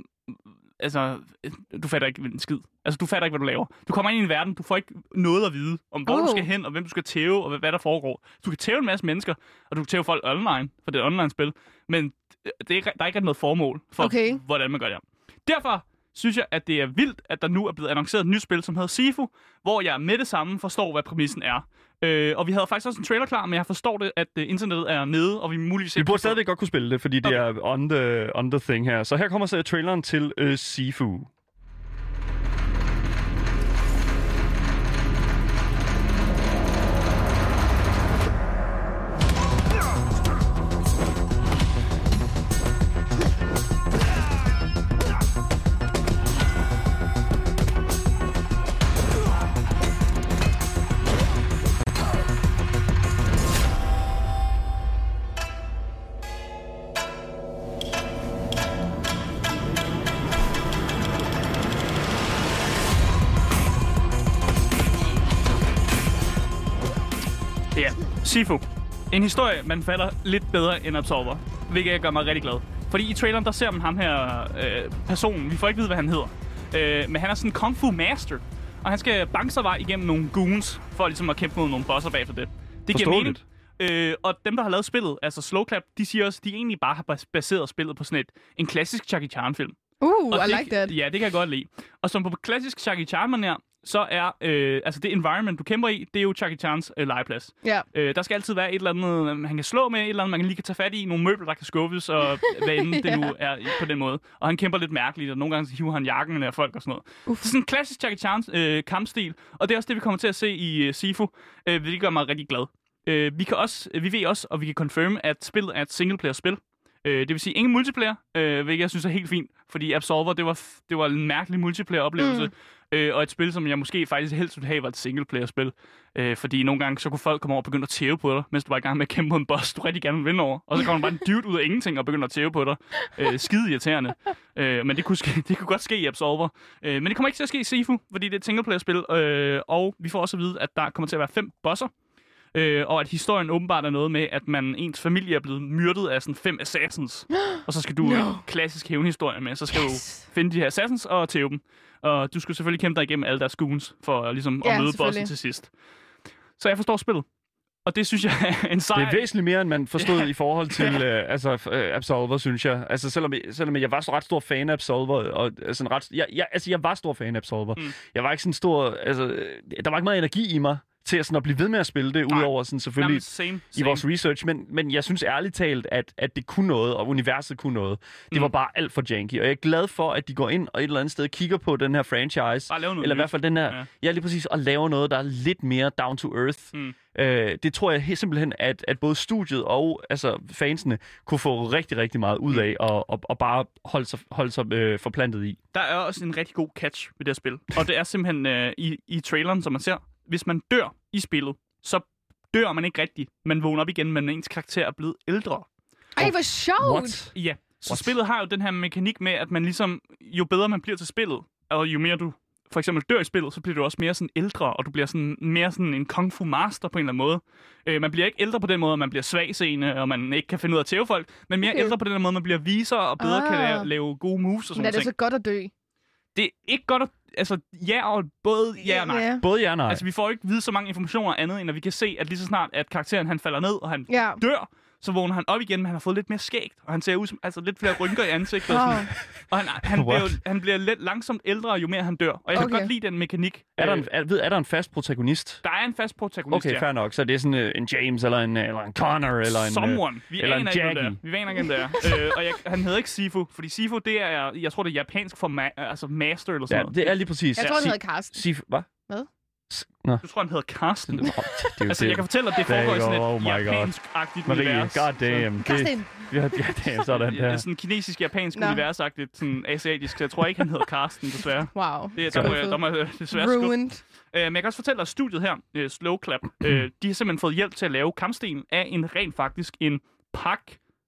[SPEAKER 3] Altså, øh, du fatter ikke en skid. Altså, du fatter ikke, hvad du laver. Du kommer ind i en verden, du får ikke noget at vide om, hvor
[SPEAKER 4] Oh.
[SPEAKER 3] du skal hen, og hvem du skal tæve, og hvad, hvad der foregår. Du kan tæve en masse mennesker, og du kan tæve folk online, for det er et online-spil, men øh, det er ikke, der er ikke rigtig noget formål for,
[SPEAKER 4] Okay.
[SPEAKER 3] hvordan man gør det. Derfor synes jeg, at det er vildt, at der nu er blevet annonceret et nyt spil, som hedder Sifu, hvor jeg med det samme forstår, hvad præmissen er. Øh, og vi havde faktisk også en trailer klar, men jeg forstår det, at øh, internettet er nede, og vi muligvis...
[SPEAKER 2] Vi
[SPEAKER 3] ikke
[SPEAKER 2] burde
[SPEAKER 3] forstår-
[SPEAKER 2] stadigvæk godt kunne spille det, fordi det er on the, on the thing her. Så her kommer så traileren til øh, Sifu.
[SPEAKER 3] Sifu. En historie, man falder lidt bedre end Absorber, hvilket gør mig rigtig glad. Fordi i traileren, der ser man ham her øh, personen, vi får ikke vide, hvad han hedder. Øh, men han er sådan en kung fu master, og han skal banke sig vej igennem nogle goons, for ligesom at kæmpe mod nogle bosser bagefter det. Det giver mening.
[SPEAKER 2] Forståeligt.
[SPEAKER 3] Øh, og dem, der har lavet spillet, altså Slow Clap, de siger også, at de egentlig bare har bas- baseret spillet på sådan et, en klassisk Jackie Chan-film.
[SPEAKER 4] Uh,
[SPEAKER 3] Og
[SPEAKER 4] I
[SPEAKER 3] det,
[SPEAKER 4] like that.
[SPEAKER 3] Ja, det kan jeg godt lide. Og som på klassisk Jackie Chan her, så er øh, altså det environment, du kæmper i, det er jo Jackie Chans øh, legeplads.
[SPEAKER 4] Ja.
[SPEAKER 3] Øh, der skal altid være et eller andet, øhm, han kan slå med, et eller andet, man kan lige kan tage fat i, nogle møbler, der kan skubbes,
[SPEAKER 4] *laughs*
[SPEAKER 3] og hvad end det nu er i- på den måde. Og han kæmper lidt mærkeligt, og nogle gange så hiver han jakken af folk og sådan noget. Uff. Det er sådan en klassisk Jackie Chans øh, kampstil, og det er også det, vi kommer til at se i øh, Sifu, øh, hvilket gør mig rigtig glad. Øh, vi, kan også, vi ved også, og vi kan confirme, at spillet er et singleplayer-spil. Øh, det vil sige ingen multiplayer, øh, hvilket jeg synes er helt fint, fordi Absolver, det var, f- det var en mærkelig multiplayer-oplevelse. Mm. Øh, og et spil, som jeg måske faktisk helst ville have, var et singleplayer-spil. Øh, fordi nogle gange, så kunne folk komme over og begynde at tæve på dig, mens du var i gang med at kæmpe mod en boss, du rigtig gerne ville vinde over. Og så kommer der bare en dude ud af ingenting og begynder at tæve på dig. Øh, skide irriterende. Øh, men det kunne, ske, *laughs* det kunne godt ske i Absolver. Øh, men det kommer ikke til at ske i Sifu, fordi det er et singleplayer-spil. Øh, og vi får også at vide, at der kommer til at være fem bosser. Øh, og at historien åbenbart er noget med, at man ens familie er blevet myrdet af sådan fem assassins. Og så skal du no. klassisk hævnhistorie med. Så skal yes.
[SPEAKER 4] Yes.
[SPEAKER 3] du finde de her assassins og tæve dem. Og du skal selvfølgelig kæmpe dig igennem alle deres goons for ligesom at
[SPEAKER 4] Ja,
[SPEAKER 3] møde bossen
[SPEAKER 4] selvfølgelig.
[SPEAKER 3] til sidst. Så jeg forstår spillet. Og det synes jeg *laughs* er en sejr.
[SPEAKER 2] Det er væsentligt mere, end man
[SPEAKER 4] *laughs*
[SPEAKER 2] forstod i forhold til øh, altså, øh, Absolver, synes jeg. Altså, selvom, selvom jeg var så ret stor fan af Absolver, og øh, sådan ret, jeg, jeg, altså, jeg var stor fan af Absolver. Mm. Jeg var ikke sådan stor... Altså, øh, der var ikke meget energi i mig til at, sådan, at blive ved med at spille det,
[SPEAKER 3] Nej.
[SPEAKER 2] udover sådan, selvfølgelig
[SPEAKER 3] Jamen, same,
[SPEAKER 2] i
[SPEAKER 3] same.
[SPEAKER 2] vores research, men, men jeg synes ærligt talt, at, at det kunne noget, og universet kunne noget. Det
[SPEAKER 3] Mm.
[SPEAKER 2] mm. var bare alt for janky, og jeg er glad for, at de går ind og et eller andet sted kigger på den her franchise,
[SPEAKER 3] Bare lave noget
[SPEAKER 2] eller i
[SPEAKER 3] nyt.
[SPEAKER 2] hvert fald den her,
[SPEAKER 3] Ja.
[SPEAKER 2] ja. ja lige præcis, og laver noget, der er lidt mere down to earth.
[SPEAKER 3] Mm.
[SPEAKER 2] Mm. Øh, det tror jeg he- simpelthen, at, at både studiet og altså, fansene kunne få rigtig, rigtig meget ud af, og, og, og bare holde sig, holde sig øh, forplantet i.
[SPEAKER 3] Der er også en rigtig god catch ved det her spil. Og det er simpelthen øh, i, i traileren, som man ser. Hvis man dør i spillet, så dør man ikke rigtigt. Man vågner op igen, men ens karakter er blevet ældre.
[SPEAKER 4] Ej, hvor sjovt!
[SPEAKER 3] Ja, så What?
[SPEAKER 2] What?
[SPEAKER 3] spillet har jo den her mekanik med, at man ligesom, jo bedre man bliver til spillet, og jo mere du for eksempel dør i spillet, så bliver du også mere sådan ældre, og du bliver sådan mere sådan en kung fu master på en eller anden måde. Øh, man bliver ikke ældre på den måde, at man bliver svagseende, og man ikke kan finde ud af at tæve folk, men mere okay.
[SPEAKER 4] Okay.
[SPEAKER 3] ældre på den her måde, at man bliver viser og bedre ah. kan
[SPEAKER 4] Ah.
[SPEAKER 3] lave, lave gode moves og
[SPEAKER 4] Men
[SPEAKER 3] sådan
[SPEAKER 4] er
[SPEAKER 3] noget.
[SPEAKER 4] det
[SPEAKER 3] ting.
[SPEAKER 4] så godt at dø?
[SPEAKER 3] Det er ikke godt at... Altså, ja og både ja og nej.
[SPEAKER 4] Ja.
[SPEAKER 2] Både ja og nej.
[SPEAKER 3] Altså, vi får ikke vide så mange informationer andet, end at vi kan se, at lige så snart, at karakteren han falder ned, og han *laughs*
[SPEAKER 4] ja.
[SPEAKER 3] dør, så vågner han op igen, men han har fået lidt mere skægt, og han ser ud som altså, lidt flere rynker i ansigtet. Og,
[SPEAKER 4] Ah,
[SPEAKER 3] sådan. og han, han, bliver, jo,
[SPEAKER 2] What?
[SPEAKER 3] han bliver lidt langsomt ældre, jo mere han dør. Og jeg kan
[SPEAKER 4] Okay.
[SPEAKER 3] godt lide den mekanik.
[SPEAKER 2] er, der
[SPEAKER 3] Øh,
[SPEAKER 2] en, er, ved, er der en fast protagonist?
[SPEAKER 3] der er en fast protagonist
[SPEAKER 2] Okay,
[SPEAKER 3] her.
[SPEAKER 2] fair nok. Så det er sådan øh, en James, eller en, eller en Connor, eller en... øh,
[SPEAKER 3] Someone. Vi
[SPEAKER 2] eller en
[SPEAKER 3] aner ikke, hvem det er.
[SPEAKER 2] Jackie.
[SPEAKER 3] Vi aner ikke, hvem det er.
[SPEAKER 2] *laughs*
[SPEAKER 3] øh, og jeg, han hedder ikke Sifu, fordi Sifu, det er, jeg tror, det er japansk for ma- altså master eller sådan
[SPEAKER 2] Ja,
[SPEAKER 3] ja, noget.
[SPEAKER 2] det er lige præcis.
[SPEAKER 4] Jeg tror, den
[SPEAKER 2] Si-
[SPEAKER 4] hedder Karsten.
[SPEAKER 2] Sif, hvad?
[SPEAKER 4] Hvad?
[SPEAKER 2] S- Nå.
[SPEAKER 3] Du tror, han hedder Carsten.
[SPEAKER 2] Nå, det er jo
[SPEAKER 3] Altså,
[SPEAKER 2] det.
[SPEAKER 3] jeg kan fortælle, at det
[SPEAKER 2] Der
[SPEAKER 3] foregår i sådan
[SPEAKER 2] går- oh
[SPEAKER 3] et
[SPEAKER 2] my God.
[SPEAKER 3] japansk-agtigt
[SPEAKER 2] Marie,
[SPEAKER 3] univers.
[SPEAKER 2] god damn.
[SPEAKER 4] Karsten!
[SPEAKER 2] ja, ja, damn, sådan
[SPEAKER 3] Det er
[SPEAKER 2] der.
[SPEAKER 3] sådan kinesisk-japansk
[SPEAKER 4] Nå.
[SPEAKER 3] univers-agtigt, sådan asiatisk, så jeg tror ikke, han hedder Carsten, desværre.
[SPEAKER 4] Wow.
[SPEAKER 3] Det, der, må jeg, der må jeg desværre skubbe. Øh,
[SPEAKER 4] Ruined.
[SPEAKER 3] men jeg kan også fortælle, at studiet her, øh, Slow Clap,
[SPEAKER 2] Hmm.
[SPEAKER 3] øh, de har simpelthen fået hjælp til at lave kampstenen af en rent faktisk en Pak,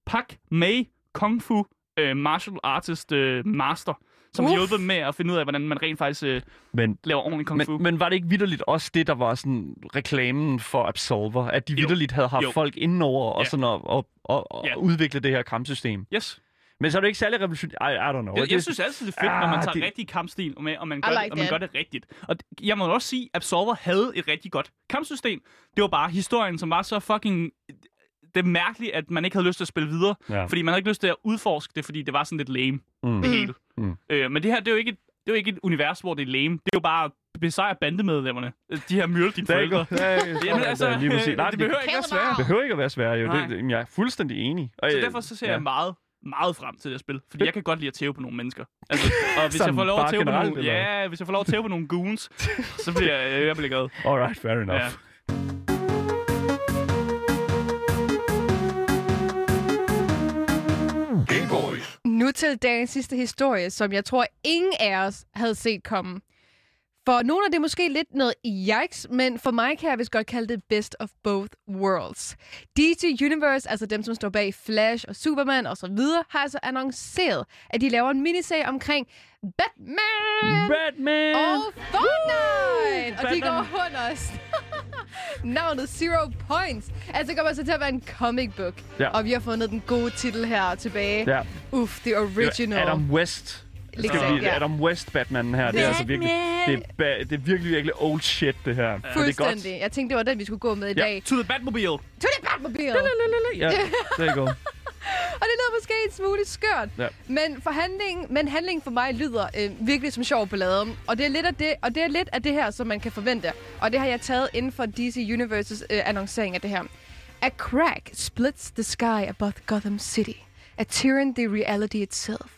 [SPEAKER 3] Pak Mei Kung Fu øh, Martial Artist øh, Master, som har
[SPEAKER 4] Uff.
[SPEAKER 3] hjulpet med at finde ud af, hvordan man rent faktisk øh,
[SPEAKER 2] Men,
[SPEAKER 3] laver ordentlig kung fu.
[SPEAKER 2] men, men var det ikke vidderligt også det, der var sådan reklamen for Absolver? At de vidderligt havde haft
[SPEAKER 3] Jo.
[SPEAKER 2] jo. folk indenover og
[SPEAKER 3] Ja.
[SPEAKER 2] sådan at, at, at, at
[SPEAKER 3] Ja.
[SPEAKER 2] ja. udvikle det her kampsystem.
[SPEAKER 3] yes.
[SPEAKER 2] Men så er det ikke særlig revolutionært. I, I don't know.
[SPEAKER 3] Jeg, jeg synes altid, det er fedt, når man
[SPEAKER 2] Ah,
[SPEAKER 3] tager det...
[SPEAKER 2] det-
[SPEAKER 3] rigtig kampstil med, og man
[SPEAKER 4] I
[SPEAKER 3] gør, det,
[SPEAKER 4] like
[SPEAKER 3] og man
[SPEAKER 4] that.
[SPEAKER 3] gør det rigtigt. Og d- jeg må også sige, at Absolver havde et rigtig godt kampsystem. Det var bare historien, som var så fucking... øh, Det er mærkeligt, at man ikke havde lyst til at spille videre.
[SPEAKER 2] Ja.
[SPEAKER 3] Fordi man havde ikke lyst til at udforske det, fordi det var sådan lidt lame,
[SPEAKER 2] Mm.
[SPEAKER 3] det hele.
[SPEAKER 2] Mm.
[SPEAKER 3] Øh, men det her, det er jo ikke et, det er jo ikke et univers, hvor det er lame. Det er jo bare at besejre bandemedlemmerne. Øh, De her myrde dine
[SPEAKER 2] Der er ikke
[SPEAKER 3] forældre. Jamen altså,
[SPEAKER 2] lige
[SPEAKER 3] *laughs*
[SPEAKER 2] præcis. Nej,
[SPEAKER 3] det behøver ikke
[SPEAKER 4] Kill
[SPEAKER 3] at
[SPEAKER 4] them
[SPEAKER 3] svære.
[SPEAKER 4] all.
[SPEAKER 2] behøver ikke at være svært, jo.
[SPEAKER 3] Nej.
[SPEAKER 2] Det, det, jamen, jeg er fuldstændig enig. Og,
[SPEAKER 3] Så
[SPEAKER 2] øh,
[SPEAKER 3] derfor så ser
[SPEAKER 2] ja.
[SPEAKER 3] jeg meget, meget frem til det her spil. Fordi jeg kan godt lide at tæve på nogle mennesker. Altså, og hvis
[SPEAKER 2] *laughs*
[SPEAKER 3] jeg
[SPEAKER 2] Sådan
[SPEAKER 3] får lov at
[SPEAKER 2] bare
[SPEAKER 3] tæve på
[SPEAKER 2] generelt,
[SPEAKER 3] nogle,
[SPEAKER 2] eller
[SPEAKER 3] ja, hvis jeg får lov at tæve på nogle goons,
[SPEAKER 2] *laughs*
[SPEAKER 3] så bliver jeg, jeg bliver glad.
[SPEAKER 2] Alright, fair enough.
[SPEAKER 3] Ja.
[SPEAKER 1] Game Boys.
[SPEAKER 4] Nu til dagens sidste historie, som jeg tror, ingen af os havde set komme. For nogle af det er måske lidt noget yikes, men for mig kan jeg vist godt kalde det best of both worlds. DC Universe, altså dem, som står bag Flash og Superman og så videre, har altså annonceret, at de laver en miniserie omkring Batman
[SPEAKER 2] Batman! Øh.
[SPEAKER 4] og Fortnite! Og
[SPEAKER 3] Batman.
[SPEAKER 4] de går hånd os. *laughs* navnet Zero Points. Altså kommer så til at være en comic book.
[SPEAKER 2] Ja.
[SPEAKER 4] Og vi har fundet den gode titel her tilbage.
[SPEAKER 2] Ja.
[SPEAKER 4] Uff, the original.
[SPEAKER 2] Adam West. Det skal
[SPEAKER 4] Ligesom,
[SPEAKER 2] vi,
[SPEAKER 4] ja.
[SPEAKER 2] Adam West Batman her, det er altså virkelig, det er, ba- det er virkelig, virkelig old shit, det her. Men Det er godt.
[SPEAKER 4] Fuldstændig. Jeg tænkte, det var den, vi skulle gå med i
[SPEAKER 2] Ja.
[SPEAKER 4] dag.
[SPEAKER 3] To the Batmobile.
[SPEAKER 4] To the Batmobile!
[SPEAKER 2] Ja, det er godt. *laughs*
[SPEAKER 4] Og det lyder måske en smule skørt.
[SPEAKER 2] Ja.
[SPEAKER 4] Men, forhandling, men handlingen for mig lyder øh, virkelig som sjov ballade. Og det, er lidt af det, og det er lidt af det her, som man kan forvente. Og det har jeg taget inden for DC Universes øh, annoncering af det her. A crack splits the sky above Gotham City, tearing the reality itself.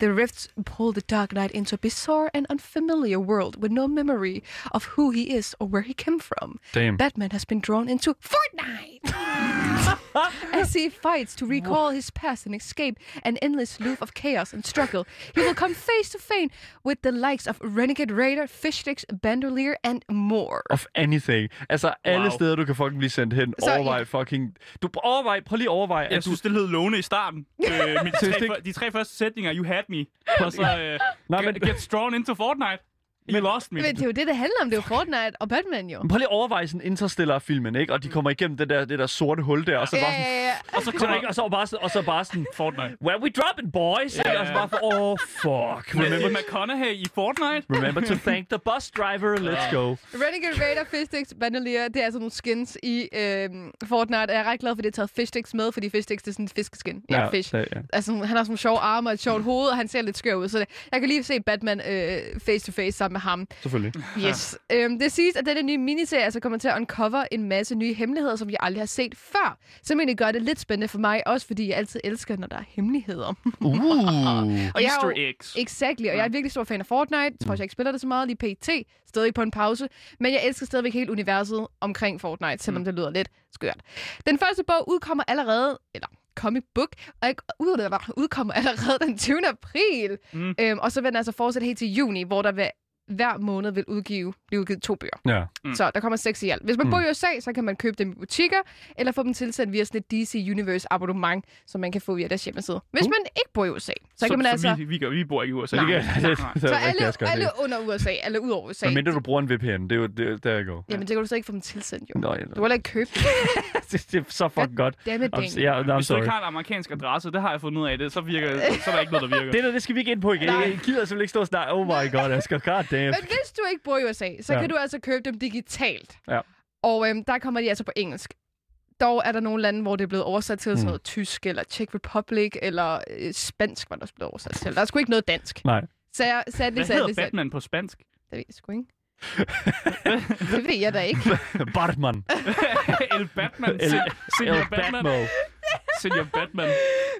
[SPEAKER 4] The rifts pull the Dark Knight into a bizarre and unfamiliar world with no memory of who he is or where he came from.
[SPEAKER 2] Damn.
[SPEAKER 4] Batman has been drawn into Fortnite as he fights to recall his past and escape an endless loop of chaos and struggle. He will come face to face with the likes of Renegade Raider, Fishsticks, Bandolier, and more.
[SPEAKER 2] Of anything. Altså, alle
[SPEAKER 3] Wow.
[SPEAKER 2] steder, du kan fucking blive sendt hen.
[SPEAKER 4] Så, ja.
[SPEAKER 2] overvej fucking... Du overvej, prøv lige at overveje.
[SPEAKER 3] Jeg
[SPEAKER 2] at du,
[SPEAKER 3] synes, det lød lovende i
[SPEAKER 2] *laughs*
[SPEAKER 3] starten. Øh, men
[SPEAKER 2] Synes
[SPEAKER 3] de, tre,
[SPEAKER 2] det ikke?
[SPEAKER 3] for- de tre første sætninger, you had me. Og så øh,
[SPEAKER 2] Nej,
[SPEAKER 3] Nej,
[SPEAKER 2] men-
[SPEAKER 3] men... get drawn into Fortnite. You lost me.
[SPEAKER 4] Men det er jo det, det handler om. Det er jo Fortnite og Batman, jo.
[SPEAKER 2] Men prøv lige at overveje sådan Interstellar-filmen, ikke? Og de kommer igennem det der, det der sorte hul der, og så
[SPEAKER 4] Ja,
[SPEAKER 2] bare sådan...
[SPEAKER 4] ja, ja.
[SPEAKER 3] Og så
[SPEAKER 2] Så der
[SPEAKER 3] kommer
[SPEAKER 2] ikke, og så bare sådan, og så bare sådan,
[SPEAKER 3] Fortnite.
[SPEAKER 2] where we dropping, boys? Yeah. Og så bare for, oh, fuck.
[SPEAKER 3] Matthew
[SPEAKER 2] Remember,
[SPEAKER 3] McConaughey i Fortnite.
[SPEAKER 2] remember to thank the bus driver, let's go.
[SPEAKER 4] Renegade Raider, Fishsticks, Bandolier, det er sådan nogle skins i øhm, Fortnite. Og Jeg er ret glad for, at det har taget Fishsticks med, fordi Fishsticks det er sådan en fiskeskin. Ja, fish.
[SPEAKER 2] Ja, ja.
[SPEAKER 4] Altså, han har sådan nogle sjove arme og et sjovt hoved, og han ser lidt skør ud. Så det, jeg kan lige se Batman øh, face to face sammen med ham.
[SPEAKER 2] Selvfølgelig.
[SPEAKER 4] Yes. Øhm, det siges, at denne nye miniserie altså kommer til at uncover en masse nye hemmeligheder, som jeg aldrig har set før. Som egentlig gør det lidt spændende for mig, også fordi jeg altid elsker, når der er
[SPEAKER 3] *laughs*
[SPEAKER 4] hemmeligheder.
[SPEAKER 2] Uh.
[SPEAKER 4] Og jeg er jo-
[SPEAKER 3] Easter eggs. Mm.
[SPEAKER 4] Exactly, og jeg er virkelig stor fan af Fortnite. Tror jeg ikke spiller det så meget lige pt. Stadig på en pause. Men jeg elsker stadigvæk hele universet omkring Fortnite,
[SPEAKER 3] Mm.
[SPEAKER 4] selvom det lyder lidt skørt. Den første bog udkommer allerede, eller comic book, og ikke- ud- eller hvad, udkommer allerede den 20. april. Mm.
[SPEAKER 3] Mm.
[SPEAKER 4] Øhm, og så vil den altså fortsætte helt til juni, hvor der vil hver måned vil udgive, blive udgivet to bøger.
[SPEAKER 2] *laughs* Ja.
[SPEAKER 4] Mm.
[SPEAKER 3] Mm.
[SPEAKER 4] Så der kommer seks i alt. Hvis man
[SPEAKER 2] Mm.
[SPEAKER 4] bor i USA, så kan man købe dem i butikker, eller få dem tilsendt via sådan et DC Universe abonnement, som man kan få via deres hjemmeside.
[SPEAKER 2] Uh.
[SPEAKER 4] Hvis man ikke bor i USA, så, så kan man altså...
[SPEAKER 3] Vi, vi, gør, vi bor ikke i
[SPEAKER 2] Så
[SPEAKER 3] USA.
[SPEAKER 2] det kan,
[SPEAKER 3] Nej.
[SPEAKER 2] det, det, *laughs* det,
[SPEAKER 4] Så
[SPEAKER 2] det,
[SPEAKER 4] alle,
[SPEAKER 2] kan jeg sgu godt
[SPEAKER 4] alle
[SPEAKER 2] lide.
[SPEAKER 4] under USA, alle ud over USA,
[SPEAKER 2] Men
[SPEAKER 4] Men
[SPEAKER 2] mindre du bruger en VPN, det er jo det, der jeg går.
[SPEAKER 4] jamen det kan du så ikke få dem tilsendt, jo.
[SPEAKER 2] Nå, ja,
[SPEAKER 4] Du kan heller ikke købe dem.
[SPEAKER 2] *laughs* det, det er så fucking godt.
[SPEAKER 4] Dammit,
[SPEAKER 2] I'm,
[SPEAKER 4] penge.
[SPEAKER 2] ja, no, I'm
[SPEAKER 3] Hvis du
[SPEAKER 2] sorry.
[SPEAKER 3] ikke har en amerikansk adresse, det har jeg fundet ud af, det, så, virker, så er der ikke noget, der virker.
[SPEAKER 2] Det der, det skal vi ikke ind på igen.
[SPEAKER 4] Nej.
[SPEAKER 2] Jeg gider simpelthen ikke stå og snakke. Oh my god, Asger, god damn.
[SPEAKER 4] Men hvis du ikke bor i USA, så
[SPEAKER 2] Ja.
[SPEAKER 4] ja. kan du altså købe dem digitalt.
[SPEAKER 2] Ja.
[SPEAKER 4] Og øhm, der kommer de altså på engelsk. Dog er der nogle lande, hvor det er blevet oversat
[SPEAKER 2] Mm.
[SPEAKER 4] til sådan noget tysk, eller Czech Republic, eller øh, spansk var der også blevet oversat til. Der er sgu ikke noget dansk.
[SPEAKER 2] Nej. *laughs*
[SPEAKER 4] Så jeg satte
[SPEAKER 3] Hvad
[SPEAKER 4] det,
[SPEAKER 3] hedder
[SPEAKER 4] satte det,
[SPEAKER 3] Batman på spansk?
[SPEAKER 4] det ved jeg sgu ikke. *laughs* det ved jeg da ikke.
[SPEAKER 2] Bartman.
[SPEAKER 3] *laughs* El Batman.
[SPEAKER 2] El, El
[SPEAKER 3] Senior Batman.
[SPEAKER 2] Batmo.
[SPEAKER 3] Senior Batman.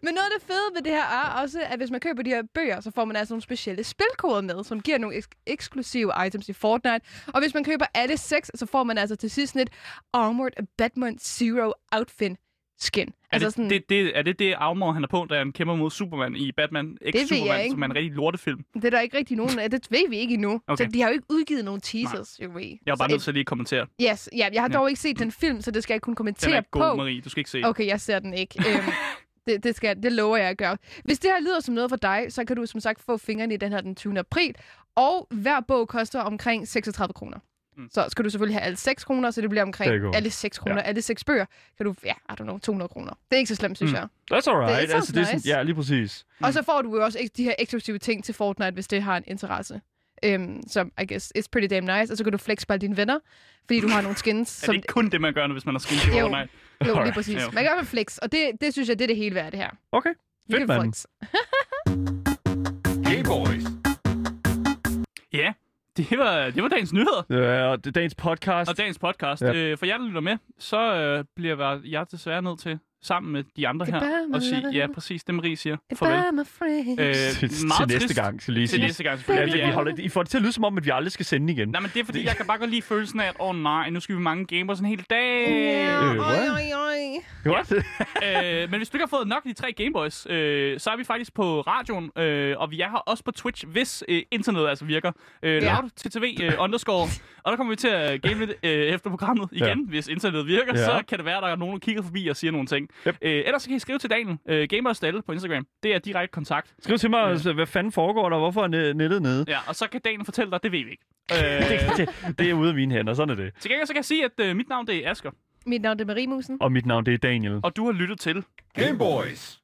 [SPEAKER 4] Men noget af det fede ved det her er også, at hvis man køber de her bøger, så får man altså nogle specielle spilkoder med, som giver nogle eks- eksklusive items i Fortnite. Og hvis man køber alle seks, så får man altså til sidst sådan et Armored Batman Zero Outfit skin.
[SPEAKER 3] Er
[SPEAKER 4] altså
[SPEAKER 3] det,
[SPEAKER 4] sådan,
[SPEAKER 3] det, det, er det det Armor, han er på, da han kæmper mod Superman i Batman X
[SPEAKER 4] jeg
[SPEAKER 3] Superman,
[SPEAKER 4] ikke.
[SPEAKER 3] som er en rigtig lortefilm?
[SPEAKER 4] det er der ikke rigtig nogen af. Det ved vi ikke endnu. Okay.
[SPEAKER 3] Okay.
[SPEAKER 4] Så de har jo ikke udgivet nogen teasers, jo ved.
[SPEAKER 3] Jeg var bare
[SPEAKER 4] så
[SPEAKER 3] nødt til at lige at kommentere.
[SPEAKER 4] et- Yes, ja, jeg har
[SPEAKER 3] Ja.
[SPEAKER 4] dog ikke set den film, så det skal jeg kunne
[SPEAKER 3] Den er
[SPEAKER 4] kommentere
[SPEAKER 3] ikke god,
[SPEAKER 4] på.
[SPEAKER 3] Marie. Du skal ikke se. den.
[SPEAKER 4] Okay, jeg ser den ikke. Øhm, det, det, skal, det lover jeg at gøre. Hvis det her lyder som noget for dig, så kan du som sagt få fingrene i den her den 20. april. Og hver bog koster omkring 36 kroner. Mm.
[SPEAKER 3] Mm.
[SPEAKER 4] Så skal du selvfølgelig have alle 6 kroner, så det bliver omkring
[SPEAKER 2] Det er godt.
[SPEAKER 4] alle 6 kroner. Ja. Alle 6 bøger kan du, ja, I don't know, 200 kroner. Det er ikke så slemt, synes mm.
[SPEAKER 3] Mm.
[SPEAKER 4] jeg.
[SPEAKER 2] That's alright.
[SPEAKER 4] sounds
[SPEAKER 2] altså, det er sådan,
[SPEAKER 4] nice.
[SPEAKER 2] Ja, lige præcis.
[SPEAKER 4] Og så får du jo også ek- de her eksklusive ting til Fortnite, hvis det har en interesse. Øhm, som, I guess, it's pretty damn nice. Og så kan du flex på alle dine venner, fordi du har nogle skins.
[SPEAKER 3] *laughs* Er det
[SPEAKER 4] som,
[SPEAKER 3] ikke kun det, man gør, når hvis man har skin til
[SPEAKER 4] Jo.
[SPEAKER 3] Fortnite?
[SPEAKER 4] jo, lige
[SPEAKER 2] Alright,
[SPEAKER 4] præcis.
[SPEAKER 3] ja.
[SPEAKER 4] Man kan i hvert fald flex, og det, det synes jeg, det er det hele værd, det her.
[SPEAKER 2] Okay.
[SPEAKER 4] You
[SPEAKER 2] Fedt,
[SPEAKER 4] can
[SPEAKER 2] mand.
[SPEAKER 4] flex.
[SPEAKER 1] Gay boys.
[SPEAKER 3] Ja, det var, det var dagens nyheder.
[SPEAKER 2] Ja, og det er dagens podcast.
[SPEAKER 3] Og dagens podcast.
[SPEAKER 2] Ja.
[SPEAKER 3] Ja. Øh, for jer, der lytter med, så øh, bliver jeg- jeg desværre nødt til, sammen med de andre
[SPEAKER 4] Det er bare,
[SPEAKER 3] her,
[SPEAKER 4] man
[SPEAKER 3] at sige,
[SPEAKER 4] lader
[SPEAKER 3] ja,
[SPEAKER 4] være.
[SPEAKER 3] præcis det, Marie siger.
[SPEAKER 4] If
[SPEAKER 3] Farvel.
[SPEAKER 4] I'm afraid.
[SPEAKER 2] *laughs*
[SPEAKER 3] Øh,
[SPEAKER 2] til, til
[SPEAKER 3] meget
[SPEAKER 2] næste
[SPEAKER 3] trist.
[SPEAKER 2] gang, skal lige
[SPEAKER 3] Til
[SPEAKER 2] sige.
[SPEAKER 3] næste gang,
[SPEAKER 2] Ja,
[SPEAKER 3] selvfølgelig.
[SPEAKER 2] det,
[SPEAKER 3] Ja,
[SPEAKER 2] vi holder, I får det til at lyde som om, at vi aldrig skal sende igen.
[SPEAKER 3] Nej, men det er fordi, jeg kan bare godt lide følelsen af, at åh oh, nej, nu skal vi mange gamers en hel dag.
[SPEAKER 2] Øh,
[SPEAKER 4] oj,
[SPEAKER 2] what?
[SPEAKER 4] oj, oj.
[SPEAKER 2] What?
[SPEAKER 3] øh, men hvis du ikke har fået nok af de tre Gameboys, øh, så er vi faktisk på radioen, øh, og vi er her også på Twitch, hvis øh, internettet altså virker. Øh,
[SPEAKER 4] Ja.
[SPEAKER 3] Loud, TTV, øh, underscore. Og der kommer vi til at game lidt øh, efter programmet igen, ja. hvis internettet virker.
[SPEAKER 2] Ja.
[SPEAKER 3] Ja. Så kan det være, at der er nogen, der kigger forbi og siger nogle ting.
[SPEAKER 2] Yep.
[SPEAKER 3] Øh, ellers så kan I skrive til Daniel, øh, Gamers Dalle på Instagram. Det er direkte kontakt.
[SPEAKER 2] *laughs* Skriv til mig, ja. hvad fanden foregår der, og hvorfor er ne- nettet nede?
[SPEAKER 3] Ja, og så kan Daniel fortælle dig, det ved vi ikke. Øh,
[SPEAKER 2] Det, det, det er ude af mine hænder, sådan er det.
[SPEAKER 3] til gengæld så kan jeg sige, at øh, mit navn det er Asker,
[SPEAKER 4] Mit navn er Marie Musen.
[SPEAKER 2] Og mit navn, det er Daniel.
[SPEAKER 3] og du har lyttet til
[SPEAKER 1] Game Boys.